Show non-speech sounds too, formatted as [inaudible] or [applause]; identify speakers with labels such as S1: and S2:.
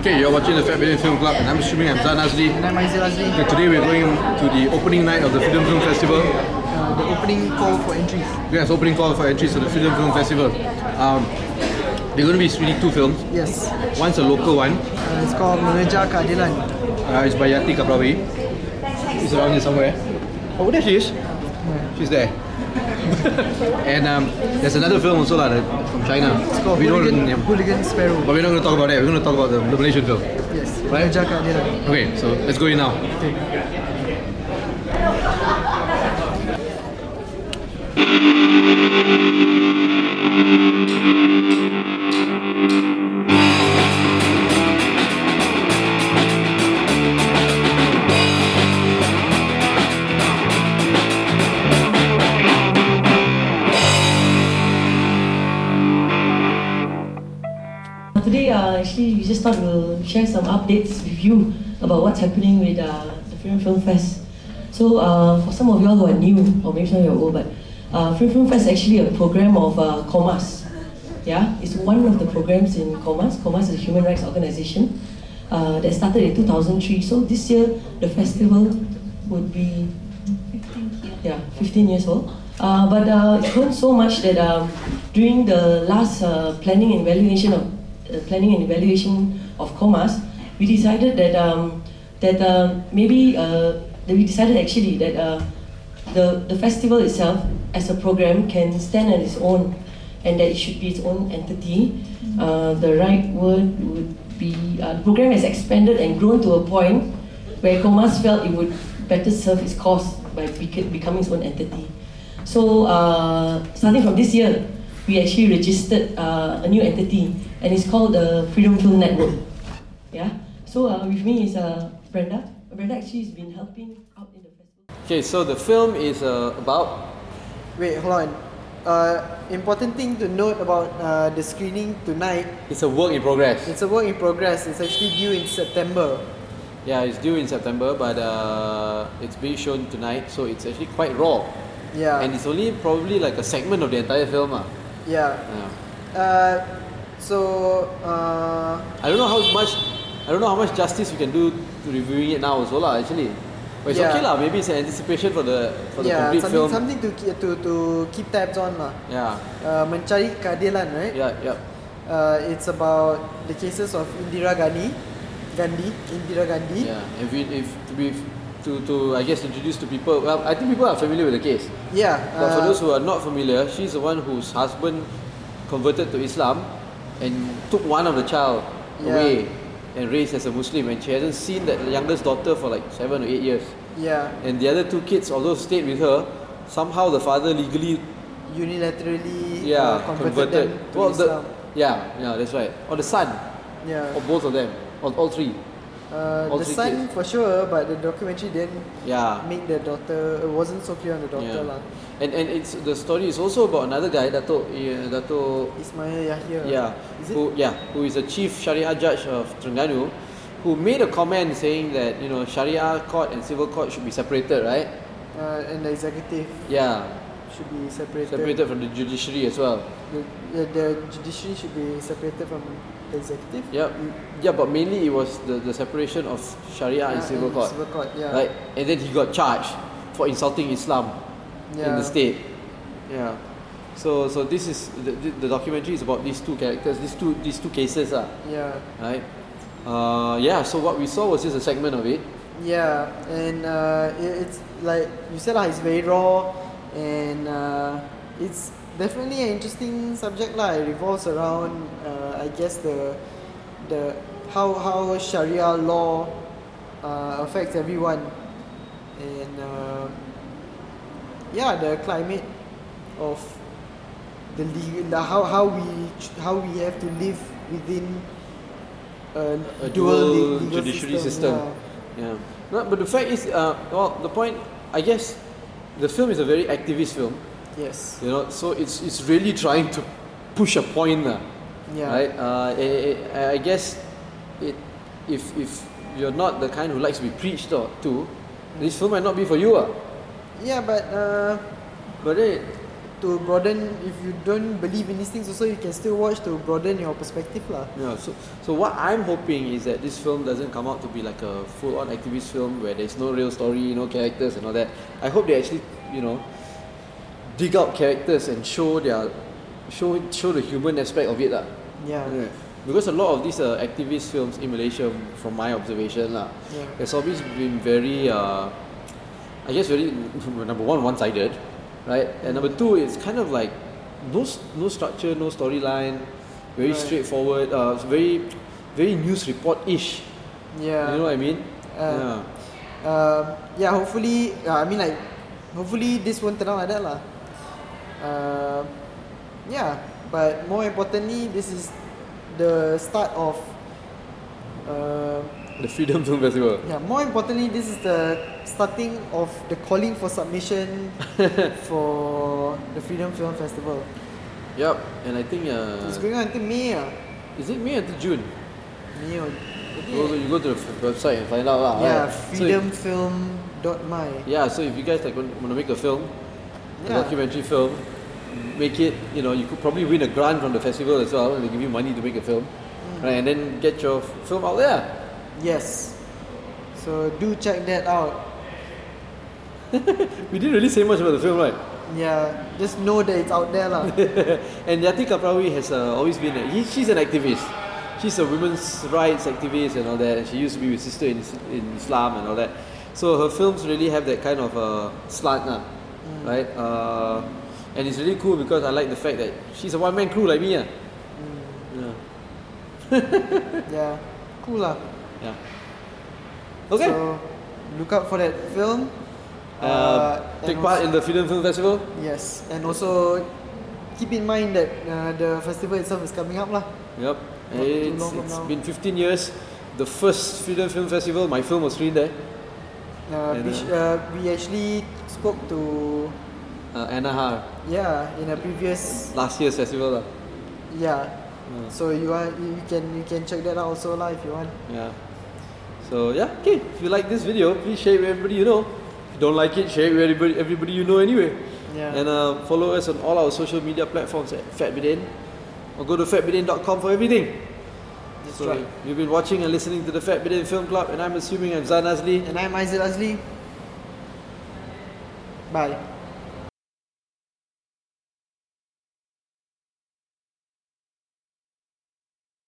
S1: Okay, you're watching the Fat Billion Film Club, and I'm assuming I'm Zan Azli.
S2: And I'm Aziz Azli.
S1: And today we're going to the opening night of the Freedom Film Festival.
S2: Uh, the opening call for entries.
S1: Yes, opening call for entries to the Freedom Film Festival. Um, they're going to be screening two films.
S2: Yes.
S1: One's a local one,
S2: Uh, it's called Manager Keadilan.
S1: uh, it's by Yati Kaprawi. It's around here somewhere. Oh, there she is. She's there. [laughs] and um, there's another film also lah, that- from China.
S2: It's called
S1: We don't,
S2: Hooligan,
S1: yeah, but
S2: Hooligan Sparrow.
S1: we're not going to talk about that. We're going to talk about the, the Malaysian film.
S2: Yes.
S1: Right.
S2: Manager Keadilan.
S1: Okay, so let's go in now.
S3: Today, uh, actually, we just thought we'll share some updates with you about what's happening with uh, the Film Film Fest. So, uh, for some of y'all who are new, or maybe some of you are old, but uh, Film Film Fest is actually a program of uh, COMAS. Yeah, it's one of the programs in COMAS. COMAS is a human rights organization uh, that started in 2003. So, this year, the festival would be yeah, 15 years old. Uh, but uh, it's grown so much that um, during the last uh, planning and evaluation of uh, planning and evaluation of comas, we decided that um, that uh, maybe uh, that we decided actually that uh, the the festival itself as a program can stand on its own, and that it should be its own entity. Uh, the right word would be uh, the program has expanded and grown to a point where Comas felt it would better serve its cause by bec- becoming its own entity. So, uh, starting from this year, we actually registered uh, a new entity, and it's called the Freedom Film Network. Yeah. So uh, with me is uh, Brenda. Brenda actually has been helping out in the festival.
S4: Okay, so the film is uh, about.
S2: Wait, hold on. Uh, important thing to note about uh, the screening tonight.
S4: It's a work in progress.
S2: It's a work in progress. It's actually due in September.
S4: Yeah, it's due in September, but uh, it's being shown tonight, so it's actually quite raw.
S2: Yeah.
S4: And it's only probably like a segment of the entire film. ah.
S2: yeah.
S4: Yeah.
S2: Uh, so uh,
S4: I don't know how much, I don't know how much justice we can do to reviewing it now also lah. Actually, but it's
S2: Yeah.
S4: okay lah. Maybe it's an anticipation for the for the
S2: yeah,
S4: complete
S2: something,
S4: film.
S2: something to ke- to to keep tabs on lah.
S4: Yeah,
S2: Uh, mencari keadilan, right?
S4: yeah, yeah.
S2: Uh, it's about the cases of Indira Gandhi, Gandhi, Indira Gandhi.
S4: Yeah, if we, if to be to, to I guess introduce to people. Well, I think people are familiar with the case.
S2: Yeah.
S4: But for
S2: uh,
S4: those who are not familiar, she's the one whose husband converted to Islam and took one of the child
S2: Yeah.
S4: away and raised as a Muslim, and she hasn't seen that youngest daughter for like seven or eight years.
S2: yeah,
S4: And the other two kids, although stayed with her, somehow the father legally
S2: unilaterally
S4: yeah
S2: uh, converted,
S4: converted.
S2: them to
S4: Well, the-
S2: Islam.
S4: yeah, yeah, that's right. Or the son,
S2: yeah.
S4: or both of them, or all three.
S2: Uh,
S4: all
S2: the
S4: three Ah.
S2: son for sure, but the documentary didn't
S4: Yeah.
S2: make the daughter. It wasn't so clear on the daughter lah.
S4: And and it's the story is also about another guy, Dato yeah, Dato
S2: Ismail Yahya.
S4: Yeah,
S2: Is it?
S4: who, yeah, who is a chief Sharia judge of Terengganu, who made a comment saying that you know Sharia court and civil court should be separated, right?
S2: Uh, and the executive
S4: Yeah,
S2: should be separated.
S4: separated from the judiciary as well.
S2: The, the, the judiciary should be separated from the executive.
S4: Yeah, yeah, but mainly it was the, the separation of Sharia and
S2: Yeah,
S4: civil
S2: and
S4: court,
S2: Ah, civil court, yeah.
S4: right? And then he got charged for insulting Islam in
S2: Yeah.
S4: the state. Yeah. So so this is the, the, the documentary is about these two characters, these two these two cases, ah,
S2: Yeah.
S4: right? Uh, yeah. So what we saw was just a segment of it.
S2: Yeah, and uh, it, it's like you said, lah, it's very raw, and uh, it's definitely an interesting subject. Lah, it revolves around, uh, I guess the the how how Sharia law uh, affects everyone, and uh, yeah, the climate of the, legal, the how how we ch- how we have to live within a,
S4: a
S2: le-
S4: dual,
S2: legal
S4: judiciary system.
S2: yeah.
S4: Yeah. No, but the fact is, uh, well, the point, I guess, the film is a very activist film,
S2: Yes.
S4: you know, so it's it's really trying to push a point, lah,
S2: Yeah.
S4: right? Uh, I, I, I guess, it if if you're not the kind who likes to be preached or, to, this film might not be for you, ah.
S2: Yeah, but uh,
S4: uh, But then,
S2: to broaden. If you don't believe in these things, also you can still watch to broaden your perspective, lah.
S4: Yeah, so, so what I'm hoping is that this film doesn't come out to be like a full-on activist film where there's no real story, no characters and all that. I hope they actually, you know, dig out characters and show their, show show the human aspect of it lah.
S2: Yeah.
S4: Yeah. Because a lot of these uh, activist films in Malaysia, from my observation lah,
S2: Yeah.
S4: has always been very, uh, I guess, very [laughs] number one, one-sided, right? And number two, it's kind of like no s- no structure, no storyline, very
S2: Right.
S4: straightforward, uh, it's very very news report-ish.
S2: Yeah.
S4: You know what I mean?
S2: Uh, Um, yeah, hopefully, uh, I mean like, hopefully this won't turn out like that lah. Um, yeah, but more importantly, this is the start of. Uh,
S4: yeah. The Freedom Film Festival.
S2: yeah, more importantly, this is the starting of the calling for
S4: [laughs]
S2: submission for the Freedom Film Festival.
S4: Yep. And I think
S2: it's
S4: uh,
S2: going on until May, ah.
S4: is it May until June?
S2: May or
S4: You go- You go to the f- website and find out lah.
S2: yeah,
S4: right? So if-
S2: freedomfilm.my.
S4: Yeah, so if you guys like want to make a film,
S2: Yeah.
S4: a documentary film, make it. You know, you could probably win a grant from the festival as well, and they give you money to make a film,
S2: Mm.
S4: right? And then get your f- film out there.
S2: Yes. So do check that out.
S4: We didn't really say much about the film, right? [laughs]
S2: Yeah, just know that it's out there lah.
S4: and Yati Kaprawi has uh, always been. A, he, she's an activist. She's a women's rights activist and all that. And she used to be with Sister in, Is- in Islam and all that. So her films really have that kind of uh, slant, lah,
S2: Mm.
S4: right? Uh, and it's really cool because I like the fact that she's a one man crew like me. ah.
S2: Mm.
S4: Yeah.
S2: yeah, cool lah.
S4: Yeah. Okay.
S2: So look out for that film.
S4: uh,
S2: and
S4: take part
S2: also-
S4: in the Freedom Film Festival.
S2: Yes, and also keep in mind that uh, the festival itself is coming up lah.
S4: Yep.
S2: Not too
S4: It's,
S2: long from
S4: it's
S2: now.
S4: been 15 years. The first Freedom Film Festival, my film was screened there.
S2: Uh,
S4: And,
S2: we,
S4: uh,
S2: sh- uh, we actually spoke to
S4: Uh, Anna Har,
S2: yeah in a previous
S4: last year's festival. lah.
S2: yeah. So you are you you can you can check that out also lah if you want.
S4: Yeah. So yeah, okay. If you like this video, please share it with everybody you know. If you don't like it, share it with everybody, everybody you know anyway.
S2: Yeah.
S4: And uh, follow us on all our social media platforms at FatBidin. Or go to fatbidin.com for everything.
S2: That's
S4: So
S2: right.
S4: you've been watching and listening to the Fat Bidin Film Club, and I'm assuming I'm Zan Azli.
S2: And I'm Aizil Azli. Bye.